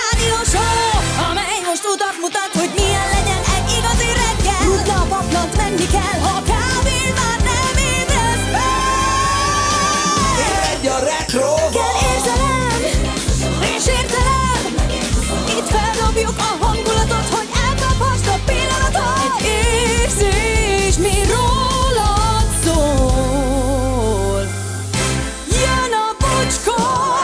rádió show, amely most utat mutat, hogy milyen legyen egy igazi reggel. Rutna a paplant, menni kell, ha kávén már nem ébredsz fel. Egy a retro Kell érzelem, és értelem, itt feldobjuk a hangulatot, hogy elkaphast a pillanatot. Egy érzés, mi rólad szól. Jön a bocskor!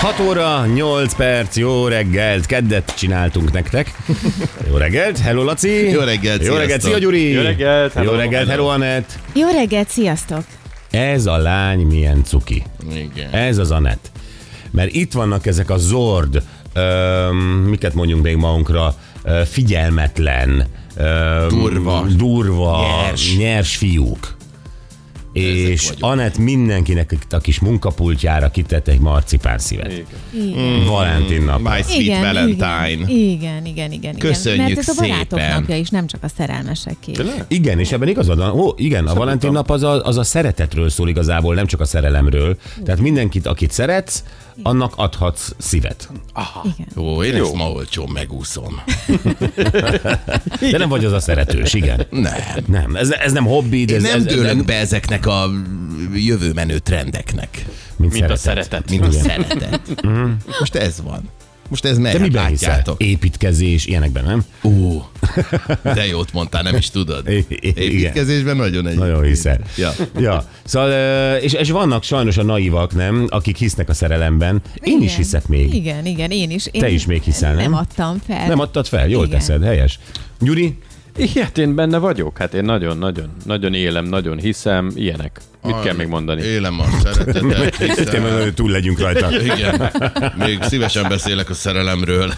6 óra, 8 perc, jó reggelt, keddet csináltunk nektek. Jó reggelt, hello Laci. Jó reggelt, jó reggelt, sziasztok. szia Gyuri. Jó reggelt, hello, hello. jó reggelt, hello, Anett. Jó reggelt, sziasztok! Ez a lány milyen cuki. Igen. Ez az Anett. Mert itt vannak ezek a zord, öm, miket mondjunk még magunkra, ö, figyelmetlen, öm, Durva. durva Nyers. nyers fiúk. És vagyunk. Anett mindenkinek a kis munkapultjára kitett egy marcipán szívet. Mm. Valentin nap. My Sweet Valentine. Igen, igen, igen, igen. Köszönjük Mert ez a barátok szépen. napja is, nem csak a szerelmeseké. Hm. Igen, és ebben igazad van. Ó, igen, a Valentin nap az a, az a szeretetről szól igazából, nem csak a szerelemről. Tehát mindenkit, akit szeretsz, annak adhatsz szívet. Igen. Ó, én ezt ma olcsón megúszom. De nem vagy az a szeretős, igen. Nem. Nem, ez, ez nem hobbi, de Én ez, nem ez, dőlök be ezeknek a jövő menő trendeknek, mint, Mint a szeretet. szeretet. mint a szeretet. Most ez van. Most ez megy. De miben hiszel? Építkezés, ilyenekben, nem? Ó, de jót mondtál, nem is tudod. I- i- igen. Építkezésben nagyon egy. Nagyon hiszel. Ja. ja. Szóval, ö, és, és vannak sajnos a naivak, nem? Akik hisznek a szerelemben. Én is Igen. hiszek még. Igen, igen, én is. Én Te is még hiszel, nem? Nem adtam fel. Nem adtad fel? Jól Igen. teszed, helyes. Gyuri, Ilyet én benne vagyok? Hát én nagyon-nagyon, nagyon élem, nagyon hiszem, ilyenek. Mit kell még mondani? Élem a szeretetet. Te hiszen- mondod, hogy túl legyünk rajta. Igen. Még szívesen beszélek a szerelemről.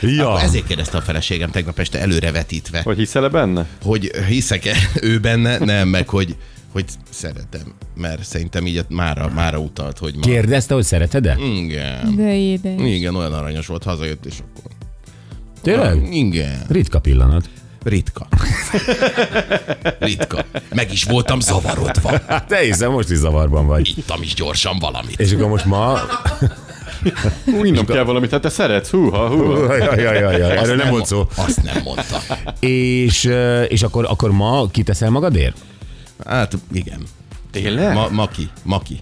Ja. Akkor Ezért kérdezte a feleségem tegnap este előrevetítve, Hogy hiszel-e benne? hogy hiszek-e ő benne, nem, meg hogy, hogy szeretem, mert szerintem így mára, mára utalt, hogy ma. Kérdezte, hogy szereted-e? Igen. De édes. Igen, olyan aranyos volt, hazajött, és akkor... Tényleg? Igen. Ritka pillanat. Ritka. Ritka. Meg is voltam zavarodva. Hát te hiszem, most is zavarban vagy. Ittam is gyorsan valamit. És akkor most ma... Hú, Innom kell valamit, hát te szeretsz, húha, húha. Jaj, jaj, jaj, jaj, erről nem volt szó. Azt nem mondta. És, ö, és akkor, akkor ma kiteszel magadért? Hát igen. Tényleg? Ma, maki, maki.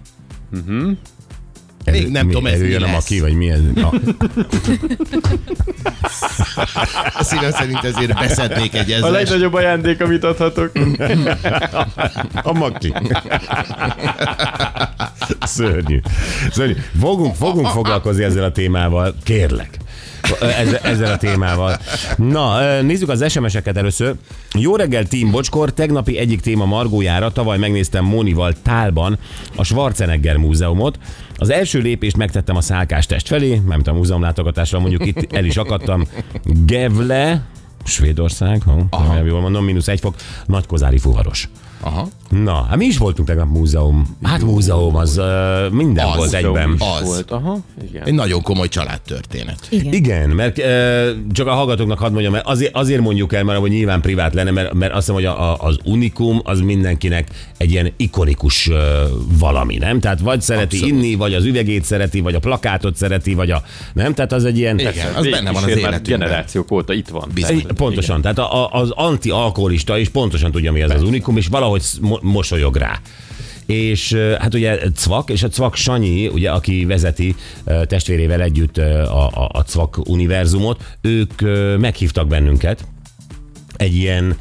Ez, Még nem mi, tudom, ez mi jön a lesz. maki, vagy mi ez? A, A szívem szerint ezért beszednék egy A ezzel. legnagyobb ajándék, amit adhatok. a maki. Szörnyű. Szörnyű. Fogunk, fogunk foglalkozni ezzel a témával, kérlek. Ezzel, ezzel a témával. Na, ö, nézzük az SMS-eket először. Jó reggel, Team Bocskor. Tegnapi egyik téma margójára tavaly megnéztem Mónival Tálban a Schwarzenegger múzeumot. Az első lépést megtettem a szálkás test felé, mert a múzeum látogatásra mondjuk itt el is akadtam. Gevle, Svédország, ha, ha jól mondom, mínusz egy fok, nagykozári fuvaros. Aha. Na, hát mi is voltunk tegnap múzeum. Hát múzeum az ö, minden Az. volt egyben. Az. Volt, aha, igen. Egy nagyon komoly családtörténet. Igen. Igen, mert ö, csak a hallgatóknak hadd mondjam, mert azért, azért mondjuk el, mert hogy nyilván privát lenne, mert, mert azt hiszem, hogy a, a, az unikum az mindenkinek egy ilyen ikonikus ö, valami, nem? Tehát vagy szereti Abszolút. Abszolút. inni, vagy az üvegét szereti, vagy a plakátot szereti, vagy a... Nem? Tehát az egy ilyen... Igen, az benne van az Végigkísér már életünkben. hát generációk óta itt van. Bizony. Tehát, Pontosan, igen. tehát a, a, az anti-alkoholista is pontosan tudja, mi az az unikum, és valahogy sz- mo- mosolyog rá. És ö, hát ugye Cvak, és a Cvak Sanyi, ugye, aki vezeti ö, testvérével együtt ö, a, a, a Cvak univerzumot, ők ö, meghívtak bennünket egy ilyen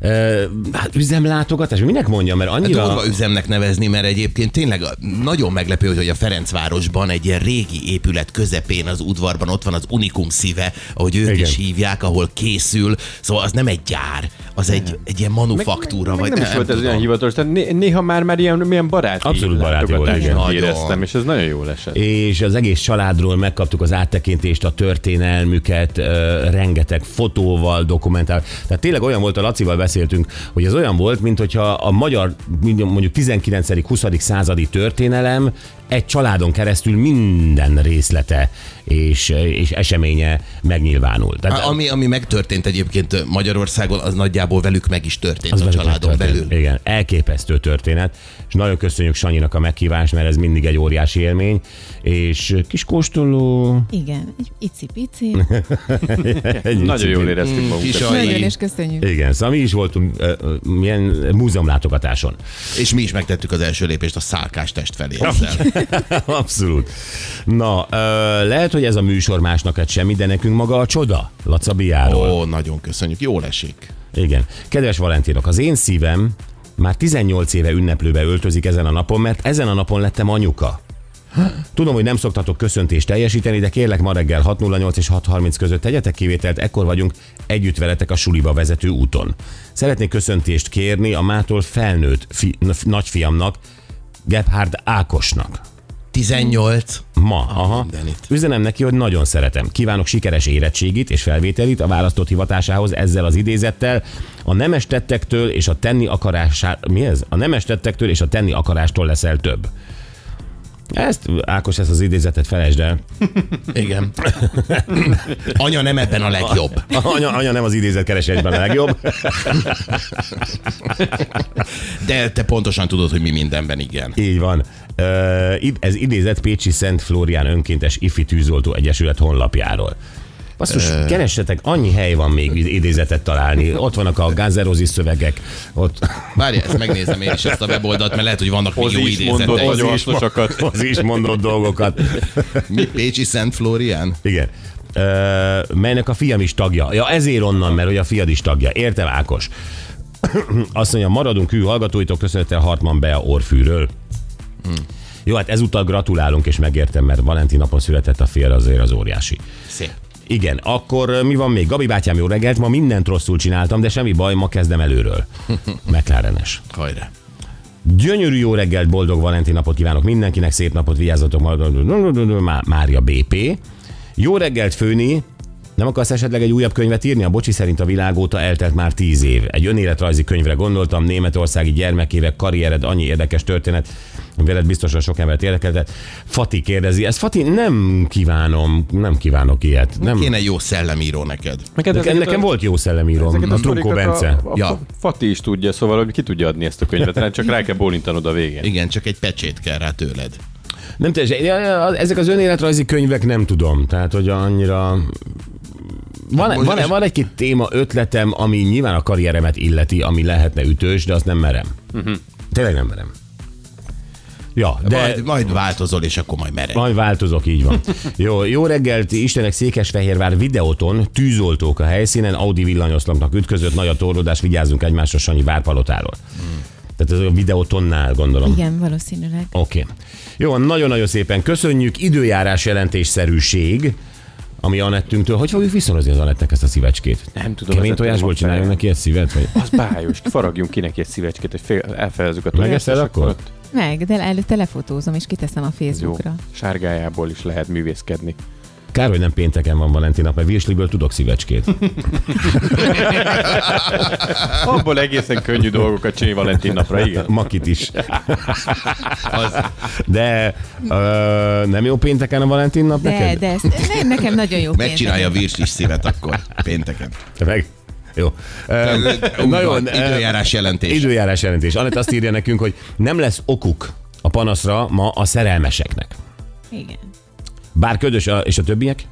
ö, hát üzemlátogatás, minek mondjam, mert Hát annyira... durva üzemnek nevezni, mert egyébként tényleg a- nagyon meglepő, hogy a Ferencvárosban egy ilyen régi épület közepén az udvarban ott van az Unikum szíve, ahogy ők Igen. is hívják, ahol készül. Szóval az nem egy gyár, az egy, egy ilyen manufaktúra. Meg vagy nem, is volt ez tudom. olyan hivatalos, tehát né- néha már, már ilyen, milyen baráti Abszolút baráti volt, látogatást igen. Nagyon. éreztem, és ez nagyon jól esett. és az egész családról megkaptuk az áttekintést, a történelmüket, ö, rengeteg fotóval dokumentál. Tehát tényleg olyan volt, a Lacival beszéltünk, hogy ez olyan volt, mint hogyha a magyar mondjuk 19.-20. századi történelem egy családon keresztül minden részlete és, és eseménye megnyilvánul. Tehát A- Ami, ami megtörtént egyébként Magyarországon, az nagyjából velük meg is történt a velük családon megtörtént. belül. Igen, elképesztő történet, és nagyon köszönjük Sanyinak a meghívást, mert ez mindig egy óriási élmény, és kis kóstoló... Igen, egy icipici. Egy Nagyon jól icipit. éreztük magunkat. Kis Nagyon, Ajli, és köszönjük. Igen, szóval mi is voltunk ö, ö, milyen múzeumlátogatáson. és mi is megtettük az első lépést a szálkás test felé. Ezzel. Abszolút. Na, ö, lehet, hogy ez a műsor másnak egy semmi, de nekünk maga a csoda, Laca Biáról. Ó, nagyon köszönjük, jól esik. Igen. Kedves Valentinok, az én szívem már 18 éve ünneplőbe öltözik ezen a napon, mert ezen a napon lettem anyuka. Tudom, hogy nem szoktatok köszöntést teljesíteni, de kérlek ma reggel 6.08 és 6.30 között tegyetek kivételt, ekkor vagyunk együtt veletek a suliba vezető úton. Szeretnék köszöntést kérni a mától felnőtt fi- n- nagyfiamnak, Gebhard Ákosnak. 18. Ma, aha. mindenit. Üzenem neki, hogy nagyon szeretem. Kívánok sikeres érettségit és felvételit a választott hivatásához ezzel az idézettel. A nemes tettektől és a tenni akarásá... Mi ez? A nemes tettektől és a tenni akarástól leszel több. Ezt, Ákos, ezt az idézetet felejtsd el. Igen. Anya nem ebben a legjobb. Anya, anya nem az idézet keresésben a legjobb. De te pontosan tudod, hogy mi mindenben igen. Így van. Ö, id- Ez idézet Pécsi Szent Flórián önkéntes ifi tűzoltó egyesület honlapjáról. Basszus, keressetek, annyi hely van még id- idézetet találni. Ott vannak a gázerozis szövegek, ott Várj, ezt megnézem én is ezt a weboldalt, mert lehet, hogy vannak még Ozi jó is mondott idézetek. nagyon Ozi is hasznosakat. az is mondott dolgokat. Mi Pécsi Szent Flórián? Igen. Ö, melynek a fiam is tagja. Ja, ezért onnan, mert hogy a fiad is tagja. Értem, Ákos? Azt mondja, maradunk hű hallgatóitok, köszönettel Hartman Bea Orfűről. Jó, hát ezúttal gratulálunk, és megértem, mert Valentin napon született a fél, azért az óriási. Szép. Igen, akkor ö, mi van még? Gabi bátyám, jó reggelt, ma mindent rosszul csináltam, de semmi baj, ma kezdem előről. McLarenes. Hajrá. Gyönyörű jó reggelt, boldog Valentin napot kívánok mindenkinek, szép napot, vigyázzatok magadokra, Má- Mária BP. Jó reggelt, Főni! Nem akarsz esetleg egy újabb könyvet írni? A bocsi szerint a világ óta eltelt már tíz év. Egy önéletrajzi könyvre gondoltam, németországi gyermekévek, karriered, annyi érdekes történet, veled biztosan sok embert érdekeltet. Fati kérdezi, ez Fati, nem kívánom, nem kívánok ilyet. Nem. Kéne egy jó szellemíró neked. Neked Nekem, nekem volt jó szellemírom, a Trunkó Bence. A, a Ja. ja. Fati is tudja, szóval hogy ki tudja adni ezt a könyvet, hát csak rá kell bólintanod a végén. Igen, csak egy pecsét kell rá tőled. Nem teljesen, ja, ja, az- ezek az önéletrajzi könyvek nem tudom, tehát hogy annyira... Van, most- van, van egy-két téma ötletem, ami nyilván a karrieremet illeti, ami lehetne ütős, de azt nem merem. Uh-huh. Tényleg nem merem. Ja, De... de... Majd, majd változol, és akkor majd mered. Majd változok, így van. Jó, jó reggelt, Istenek Székesfehérvár videóton, tűzoltók a helyszínen, Audi villanyoszlopnak ütközött, nagy a torlódás, vigyázzunk egymásra Sanyi várpalotáról. Hmm. Tehát ez a videótonnál gondolom. Igen, valószínűleg. Oké. Okay. Jó, nagyon-nagyon szépen köszönjük. Időjárás jelentésszerűség, ami Anettünktől. Hogy fogjuk visszanozni az Anettnek ezt a szívecskét? Nem tudom, Kemény az nem tojásból tudom, csináljunk fel. neki egy szívet? Vagy? Az bájos, faragjunk ki neki egy szívecskét, hogy fél, elfelezzük a tojást. Megeszel és akkor? ott- Meg, de előtte lefotózom, és kiteszem a Jó, Facebookra. sárgájából is lehet művészkedni. Kár, hogy nem pénteken van Valentin nap, mert Virsliből tudok szívecskét. Abból egészen könnyű dolgokat csinálni Valentin napra, igen. Hát, Makit is. De ö, nem jó pénteken a Valentin nap De, neked? de ezt, nem, nekem nagyon jó Megcsinálja a péntek. virslis szívet akkor, pénteken. Te Meg. Jó. Ö, Úgy na jó, van, ö, időjárás jelentés. Időjárás jelentés. Anett azt írja nekünk, hogy nem lesz okuk a panaszra ma a szerelmeseknek. Igen. Bár ködös a, és a többiek?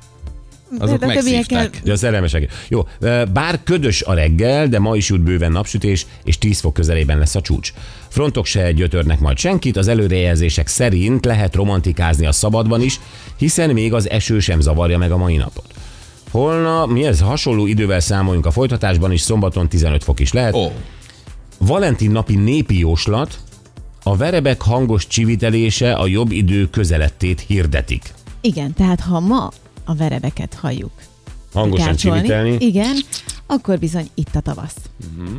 Azok de hát a többiekkel megszívták. Ja, szerelmesek. Jó, ö, bár ködös a reggel, de ma is jut bőven napsütés, és 10 fok közelében lesz a csúcs. Frontok se gyötörnek majd senkit, az előrejelzések szerint lehet romantikázni a szabadban is, hiszen még az eső sem zavarja meg a mai napot. Holnap, mi ez? Hasonló idővel számoljunk a folytatásban is, szombaton 15 fok is lehet. Ó, Valentin napi népi jóslat, a verebek hangos csivitelése a jobb idő közelettét hirdetik. Igen, tehát ha ma a verebeket halljuk Hangosan tárcsolni, csivitelni. Igen, akkor bizony itt a tavasz.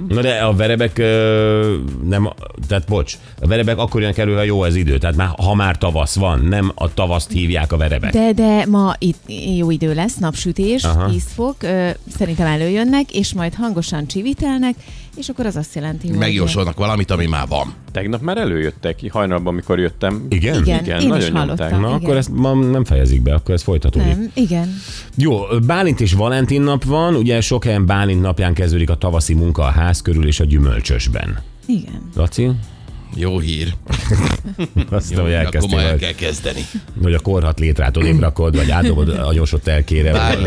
Na de a verebek ö, nem, tehát bocs, a verebek akkor jönnek elő, ha jó az idő, tehát már, ha már tavasz van, nem a tavaszt hívják a verebek. De... De, de ma itt jó idő lesz, napsütés, Aha. Aha. 10 fok, ö, szerintem előjönnek, és majd hangosan csivitelnek, és akkor az azt jelenti, hogy... Megjósolnak valamit, ami már van. Tegnap már előjöttek, hajnalban, amikor jöttem. Igen? Igen, Igen, igen én is nagyon hallottam. nyomták. Na, igen. akkor ezt ma nem fejezik be, akkor ez folytatódik. Nem, igen. Jó, Bálint és Valentin nap van, ugye sok helyen Bálint napján kezdődik a tavaszi munka a ház körül és a gyümölcsösben. Igen. Laci? Jó hír. Azt hiszem, hogy Akkor elkezdtél, ma el hogy, kell kezdeni. hogy a korhat létrától ébrakod, vagy átdobod a gyorsot telkére. Bár,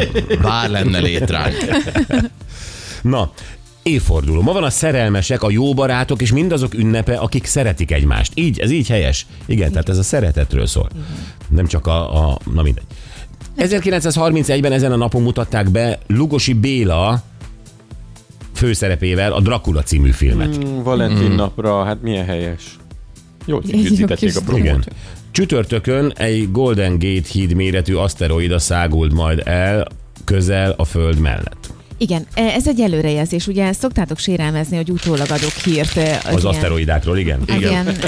bár lenne létránk. Na, évforduló. Ma van a szerelmesek, a jó barátok és mindazok ünnepe, akik szeretik egymást. Így, ez így helyes. Igen, tehát ez a szeretetről szól. Nem csak a, a na mindegy. 1931-ben ezen a napon mutatták be Lugosi Béla főszerepével a Dracula című filmet. Mm, Valentin napra, hát milyen helyes. Jó Igen, jó cipizítették a kis- promót. Igen. Csütörtökön egy Golden Gate híd méretű aszteroida szágult majd el közel a Föld mellett. Igen, e, ez egy előrejelzés. Ugye szoktátok sérelmezni, hogy utólag adok hírt eh, Az ilyen- aszteroidákról, igen. az ilyen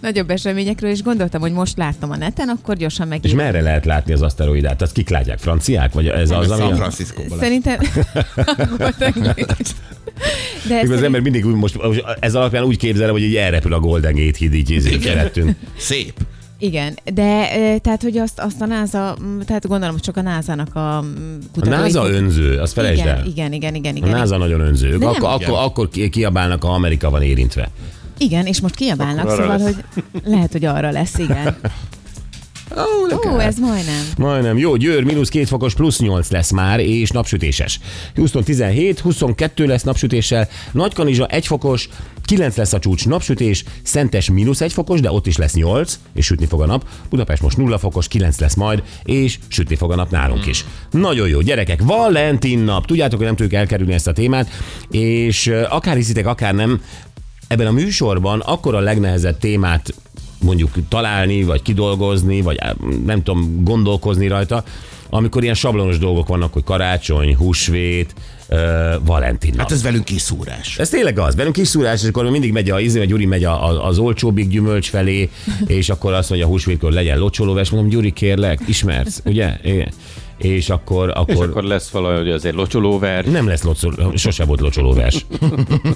nagyobb eseményekről, és gondoltam, hogy most láttam a neten, akkor gyorsan meg. És merre lehet látni az aszteroidát? Azt kik látják? Franciák? Vagy ez az, ami... San a- Francisco-ban. lesz. Szerintem... De Mikor ez az szerint- ember mindig úgy most, ez alapján úgy képzelem, hogy így elrepül a Golden Gate híd így izé felettünk. Szép. Igen, de eh, tehát, hogy azt, azt a NASA, mm, tehát gondolom, hogy csak a NASA-nak a mm, A kutatói... NASA önző, azt felejtsd igen, el. igen, igen, igen, A igen. NASA nagyon önző. Ők De Akkor, nem akkor, akkor ki- kiabálnak, ha Amerika van érintve. Igen, és most kiabálnak, Akkor arra szóval, lesz. hogy lehet, hogy arra lesz, igen. Ó, ez majdnem. Majdnem. Jó, Győr mínusz két fokos, plusz 8 lesz már, és napsütéses. Houston 17, 22 lesz napsütéssel, Nagykanizsa 1 fokos, 9 lesz a csúcs napsütés, Szentes mínusz 1 fokos, de ott is lesz 8, és sütni fog a nap. Budapest most 0 fokos, 9 lesz majd, és sütni fog a nap nálunk is. Nagyon jó, gyerekek, Valentin nap. Tudjátok, hogy nem tudjuk elkerülni ezt a témát, és ö, akár hiszitek, akár nem, ebben a műsorban akkor a legnehezebb témát mondjuk találni, vagy kidolgozni, vagy á, nem tudom, gondolkozni rajta, amikor ilyen sablonos dolgok vannak, hogy karácsony, húsvét, ö, Valentin nap. Hát ez velünk kiszúrás. Ez tényleg az, velünk kis szúrás, és akkor mindig megy a izé, vagy Gyuri megy a, a, az olcsóbbik gyümölcs felé, és akkor azt mondja, húsvétkor legyen locsolóves, mondom, Gyuri, kérlek, ismersz, ugye? Igen. És akkor, És akkor, akkor lesz valahogy azért locsolóver. nem lesz locsoló, sose volt locsolóvers.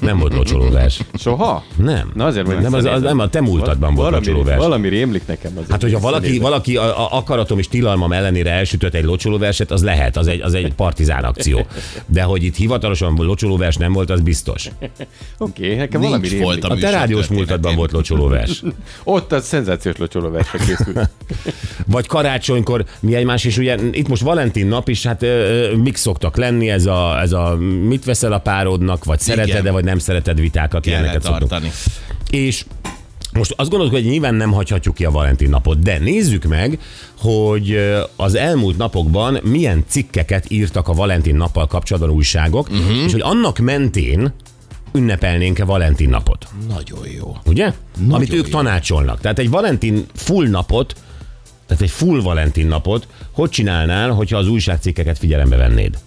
Nem volt locsolóvers. Soha? Nem. Na azért, mert nem, az, az, visszanézem. nem, a te múltadban volt valami, locsolóvers. Valami rémlik nekem az. Hát, hogyha valaki, valaki a, a akaratom és tilalmam ellenére elsütött egy locsolóverset, az lehet, az egy, az egy partizán akció. De hogy itt hivatalosan locsolóvers nem volt, az biztos. Oké, okay, nekem valami Nincs rémlik. volt a A te műsor rádiós történetén. múltadban volt locsolóvers. Ott a szenzációs locsolóversre készült. Vagy karácsonykor mi egymás, és ugye itt most Valentin nap is, hát ö, ö, mik szoktak lenni, ez a, ez a mit veszel a párodnak, vagy szereted-e, Igen. vagy nem szereted vitákat, Kell lehet ilyeneket szoktunk. tartani. És most azt gondoljuk, hogy nyilván nem hagyhatjuk ki a Valentin napot, de nézzük meg, hogy ö, az elmúlt napokban milyen cikkeket írtak a Valentin nappal kapcsolatban újságok, uh-huh. és hogy annak mentén ünnepelnénk-e Valentin napot, Nagyon jó. ugye? Nagyon Amit ők jó. tanácsolnak. Tehát egy Valentin full napot, tehát egy full Valentin napot, hogy csinálnál, hogyha az újságcikkeket figyelembe vennéd?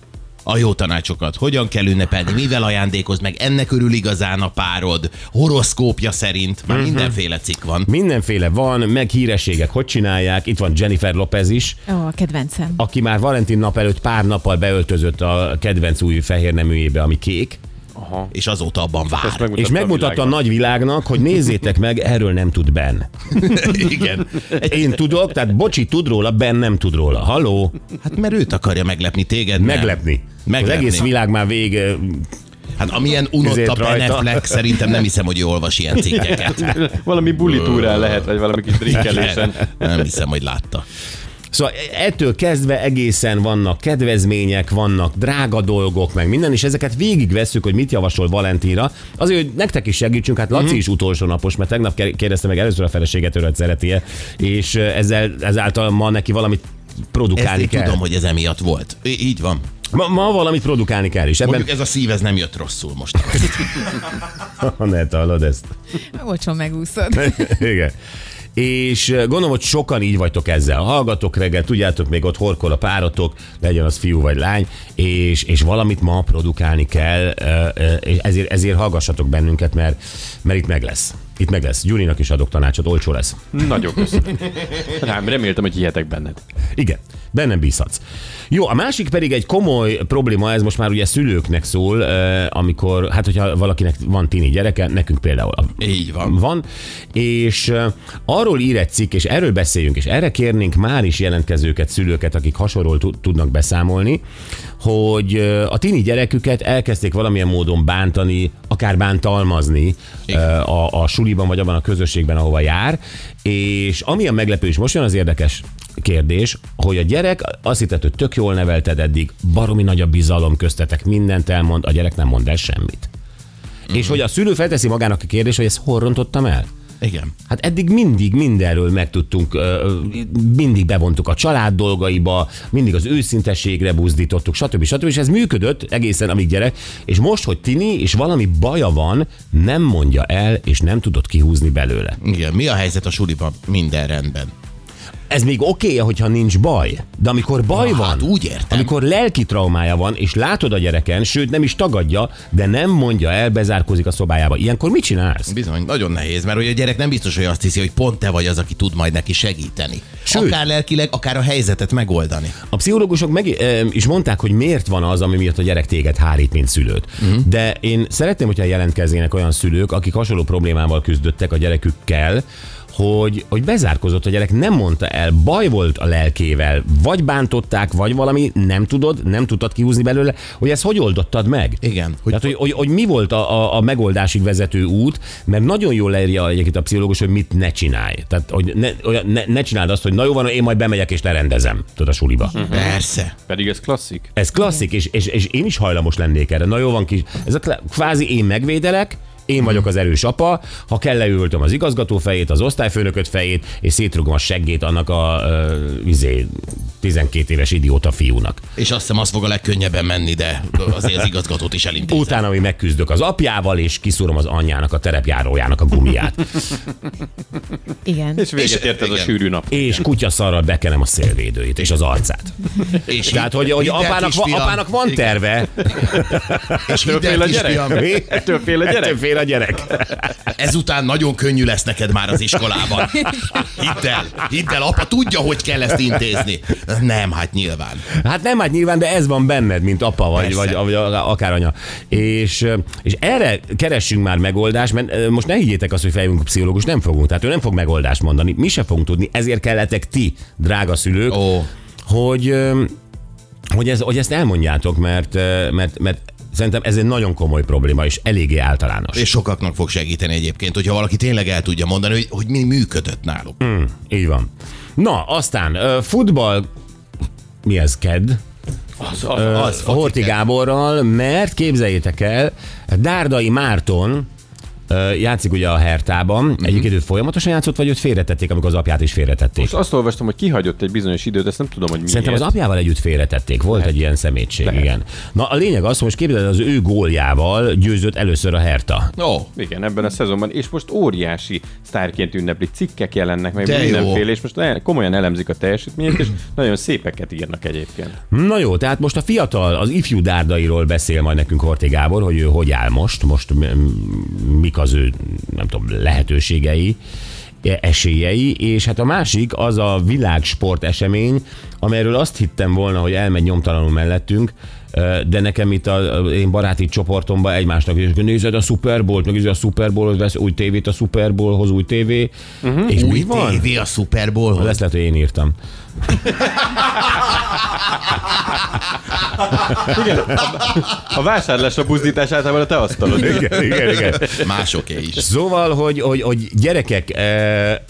a jó tanácsokat. Hogyan kell ünnepelni, mivel ajándékoz meg, ennek örül igazán a párod, horoszkópja szerint, Mhm. már mindenféle cikk van. Mindenféle van, meg hírességek, hogy csinálják. Itt van Jennifer Lopez is, Ó, a kedvencem. aki már Valentin nap előtt pár nappal beöltözött a kedvenc új fehér neműjébe, ami kék, És azóta abban Ezt vár. és megmutatta a nagy világnak, hogy nézzétek meg, erről nem tud Ben. Igen. Én tudok, tehát Bocsi tud róla, Ben nem tud róla. Halló? Hát mert őt akarja meglepni téged. nem? Meglepni. Meglepni. Az egész világ már vég... ö, Hát amilyen Ezért unotta Ben rajta. Affleck, szerintem nem hiszem, hogy ő olvas ilyen cikkeket. Valami bulitúrán lehet, vagy valami kis drinkelésen. Nem hiszem, hogy látta. Szóval ettől kezdve egészen vannak kedvezmények, vannak drága dolgok, meg minden, és ezeket végigvesszük, hogy mit javasol Valentinra. Azért, hogy nektek is segítsünk, hát Mhm. Laci is utolsó napos, mert tegnap kér- kérdezte meg először a feleséget, hogy szereti és ö, ezzel, ezáltal ma neki valamit Ezt produkálni én kell. tudom, hogy ez emiatt volt. Í- Így van. Ma, ma valamit produkálni kell is. Ebben Mondjuk ez a szív, ez nem jött rosszul most. Ah, ne hallod ezt. Olcsón megúszod. Igen. és ö, gondolom, hogy sokan így vagytok ezzel. Hallgatok reggel, tudjátok, még ott horkol a párotok, legyen az fiú vagy lány, és, és valamit ma produkálni kell, ö, ö, és ezért, ezért hallgassatok bennünket, mert, mert itt meg lesz. Itt meg lesz. Gyurinak is adok tanácsot, olcsó lesz. Nagyon köszönöm. Rám reméltem, hogy hihetek benned. Igen, bennem bízhatsz. Jó, a másik pedig egy komoly probléma, ez most már ugye szülőknek szól, eh, amikor, hát hogyha valakinek van tini gyereke, nekünk például a- Így van. van, és eh, arról ír egy cikk, és erről beszéljünk, és erre kérnénk már is jelentkezőket, szülőket, akik hasonlóan tu- tudnak beszámolni, hogy eh, a tini gyereküket elkezdték valamilyen módon bántani, akár bántalmazni eh, a, a suliban, vagy abban a közösségben, ahova jár, és ami a meglepő, és most jön az érdekes kérdés, hogy a gyerek azt hittet, hogy tök jól nevelted eddig, baromi nagy a bizalom köztetek, mindent elmond, a gyerek nem mond el semmit. És hogy a szülő felteszi magának a kérdést, hogy ezt hol rontottam el? Igen. Hát eddig mindig mindenről megtudtunk, ö, ö, mindig bevontuk a család dolgaiba, mindig az őszintességre buzdítottuk, stb. stb. És ez működött egészen, amíg gyerek. És most, hogy Tini, és valami baja van, nem mondja el, és nem tudod kihúzni belőle. Igen. Mi a helyzet a suliban? Minden rendben. Ez még oké, okay, hogyha nincs baj, de amikor baj Na, van, hát úgy értem. amikor lelki traumája van, és látod a gyereken, sőt nem is tagadja, de nem mondja el, bezárkózik a szobájába. Ilyenkor mit csinálsz? Bizony, nagyon nehéz, mert hogy a gyerek nem biztos, hogy azt hiszi, hogy pont te vagy az, aki tud majd neki segíteni. Sőt. Mhm. Sőt. Akár lelkileg, akár a helyzetet megoldani. A pszichológusok meg ö, is mondták, hogy miért van az, ami miatt a gyerek téged hárít, mint szülőt. Uh-huh. De én szeretném, hogyha jelentkeznének olyan szülők, akik hasonló problémával küzdöttek a gyerekükkel, hogy, hogy bezárkozott a gyerek, nem mondta el, baj volt a lelkével, vagy bántották, vagy valami, nem tudod, nem tudtad kihúzni belőle, hogy ezt hogy oldottad meg? Igen. Hogy, Tehát, hogy, hogy, hogy mi volt a, a, a megoldásig vezető út, mert nagyon jól leírja egyébként a pszichológus, hogy mit ne csinálj. Tehát, hogy ne, olyan- ne, ne csináld azt, hogy na jó van, én majd bemegyek és lerendezem, tudod, a suliba. Persze. Pedig ez klasszik. Ez klasszik, és, és, és én is hajlamos lennék erre. Na jó van kis, ez a kla- kvázi én megvédelek, én vagyok az erős apa, ha kell leültöm az igazgató fejét, az osztályfőnököt fejét, és szétrugom a seggét annak a uh, izé, 12 éves idióta fiúnak. És azt hiszem, az fog a legkönnyebben menni, de azért az igazgatót is elintézem. Utána mi megküzdök az apjával, és kiszúrom az anyjának, a terepjárójának a gumiát. Igen. És véget És- ért ez a igen. sűrű nap. és kutyaszarral bekenem a szélvédőjét és az arcát. És Tehát, hát, hogy, hogy hidd el, apának, va, kisfiam. apának van Igen. terve, És hidd Többféle el, gyerek. kisfiam, Mi? Ettől fél a ettől gyerek? fél a gyerek. ezután nagyon könnyű lesz neked már az iskolában. Hidd el, hidd el, apa tudja, hogy kell ezt intézni. Nem, hát nyilván. Hát nem, hát nyilván, de ez van benned, mint apa vagy, vagy, Persze. vagy akár anya. És, és erre keressünk már megoldást, mert ö, most ne higgyétek azt, hogy fejünk pszichológus, nem fogunk. Tehát ő nem fog megoldást mondani, mi se fogunk tudni, ezért kelletek ti, drága szülők, Ó. hogy, ö, hogy, ez, hogy ezt elmondjátok, mert, ö, mert, mert szerintem ez egy nagyon komoly probléma, és eléggé általános. És sokaknak fog segíteni egyébként, hogyha valaki tényleg el tudja mondani, hogy, hogy mi működött náluk. Hmm. Így van. Na, aztán ö, futball, mi ez, KED? Az, Az, Horti Gáborral, mert képzeljétek el, Dárdai Márton ö, játszik ugye a Hertában. Mhm. Mm-hmm. Egyébként ő folyamatosan játszott, vagy őt félretették, amikor az apját is félretették? És azt olvastam, hogy kihagyott egy bizonyos időt, ezt nem tudom, hogy miért. Szerintem az apjával együtt félretették, volt egy ilyen szemétség, Lehet. igen. Na a lényeg az, hogy most képzeld, el, az ő góljával győzött először a Herta. Ó, Igen, ebben a szezonban, és most óriási sztárként ünnepli, cikkek jelennek meg, De jó. mindenféle, és most el- komolyan elemzik a teljesítményt, és nagyon szépeket írnak egyébként. Na jó, tehát most a fiatal, az ifjú dárdairól beszél majd nekünk Horti Gábor, hogy ő hogy áll most, most m- m- mik az ő, nem tudom, lehetőségei, e- esélyei, és hát a másik az a világsport esemény, amelyről azt hittem volna, hogy elmegy nyomtalanul mellettünk, ö, de nekem itt a a én baráti csoportomban egymásnak is, hogy nézed a Super Bowl-t, meg nézed a Super Bowl-hoz, vesz új tévét a Super Bowl-hoz, új tévé, uh-huh. és új mi van? tévé a Super Bowl. Lesz lehet, hogy én írtam. A vásárlás a buzdítás általában a te asztalod. Igen, igen, igen. Másoké is. Szóval, hogy, hogy, hogy gyerekek, e,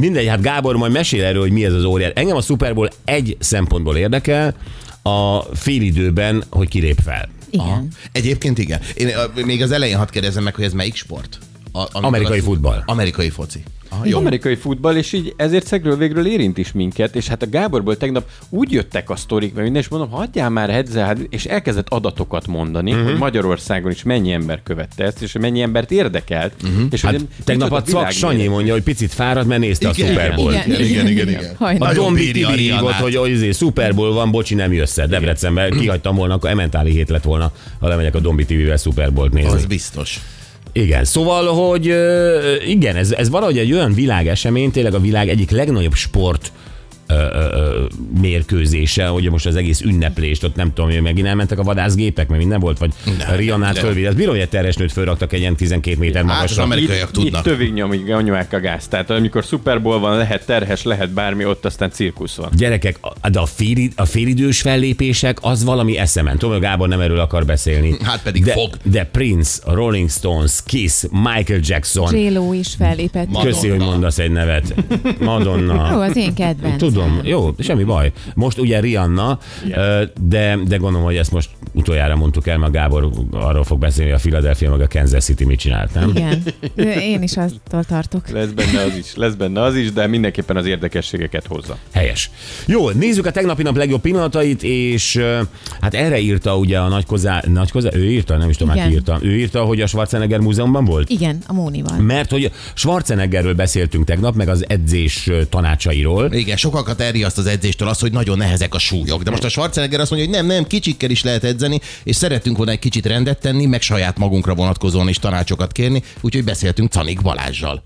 mindegy, hát Gábor majd mesél erről, hogy mi ez az óriás. Engem a Super Bowl egy szempontból érdekel, a félidőben, hogy kilép fel. Igen. Egyébként igen. Én ö, még az elején hadd kérdezem meg, hogy ez melyik sport? amikor Amerikai azt- futball. Amerikai foci. Aha, Jó. jó. Amerikai futball, és így ezért szegről végről érint is minket, és hát a Gáborból tegnap úgy jöttek a sztorik, meg minden, és mondom, hagyjál már Hedzel, és elkezdett adatokat mondani, Mhm. uh-huh. hogy Magyarországon is mennyi ember követte ezt, és hogy mennyi embert érdekelt. Uh-huh. És Hát hogy nem- tegnap micsoda a cvak világméret. Sanyi mondja, hogy picit fáradt, mert nézte a Igen. Super Bowl. Igen, igen, igen, igen. A Hajnal. Nagyon Dombi bírja a kibírívott, Rihanna-t. hogy hogy izé, Super Bowl van, bocsi, nem jössz el Debrecenbe. Kihagytam volna, akkor ementáli hét lett volna, ha lemegyek a Dombi TV-vel Super Bowl-t nézni. Az biztos. Igen, szóval, hogy ö, igen, ez, ez valahogy egy olyan világesemény, tényleg a világ egyik legnagyobb sport ö, ö, ö, mérkőzése, hogy most az egész ünneplést, ott nem tudom, hogy megint elmentek a vadászgépek, mert minden volt, vagy Ne, Rihanát ne. fölvédett. Hát Bírom, hogy egy terhes nőt fölraktak egy ilyen 12 méter Hát az magasra. amerikaiak Itt, itt tudnak. tövig nyomik, nyomják a gáz. Tehát amikor Super Bowl van, lehet terhes, lehet bármi, ott aztán cirkusz van. Gyerekek, a- de a, fél, a félidős fellépések, az valami eszemen. Tudom, hogy Gábor nem erről akar beszélni. Hát pedig de, fog. De Prince, Rolling Stones, Kiss, Michael Jackson. J-Lo is fellépett. Ma- Köszi, hogy Madonna. mondasz egy nevet. Ó, Madonna. az én kedvencem. Tudom, jó, semmi baj. Most ugye Rihanna, ö, de, de gondolom, hogy ezt most utoljára mondtuk el, mert Gábor arról fog beszélni, hogy a Philadelphia meg a Kansas City mit csinált, nem? Igen. Én is attól tartok. Lesz benne az is, lesz benne az is, de mindenképpen az érdekességeket hozza. Helyes. Jó, nézzük a tegnapi nap legjobb pillanatait, és ö, hát erre írta ugye a nagy kozá, nagy kozá, ő írta, nem is tudom, már ki Igen. írta. Ő írta, hogy a Schwarzenegger múzeumban volt? Igen, a Mónival. Mert hogy Schwarzeneggerről beszéltünk tegnap, meg az edzés ö, tanácsairól. Igen, sokakat elriaszt az edzéstől az, hogy nagyon nehezek a súlyok. De most a Schwarzenegger azt mondja, hogy nem, nem, kicsikkel is lehet edzeni, és szerettünk volna egy kicsit rendet tenni, meg saját magunkra vonatkozóan is tanácsokat kérni, úgyhogy beszéltünk Canik Balázsjal.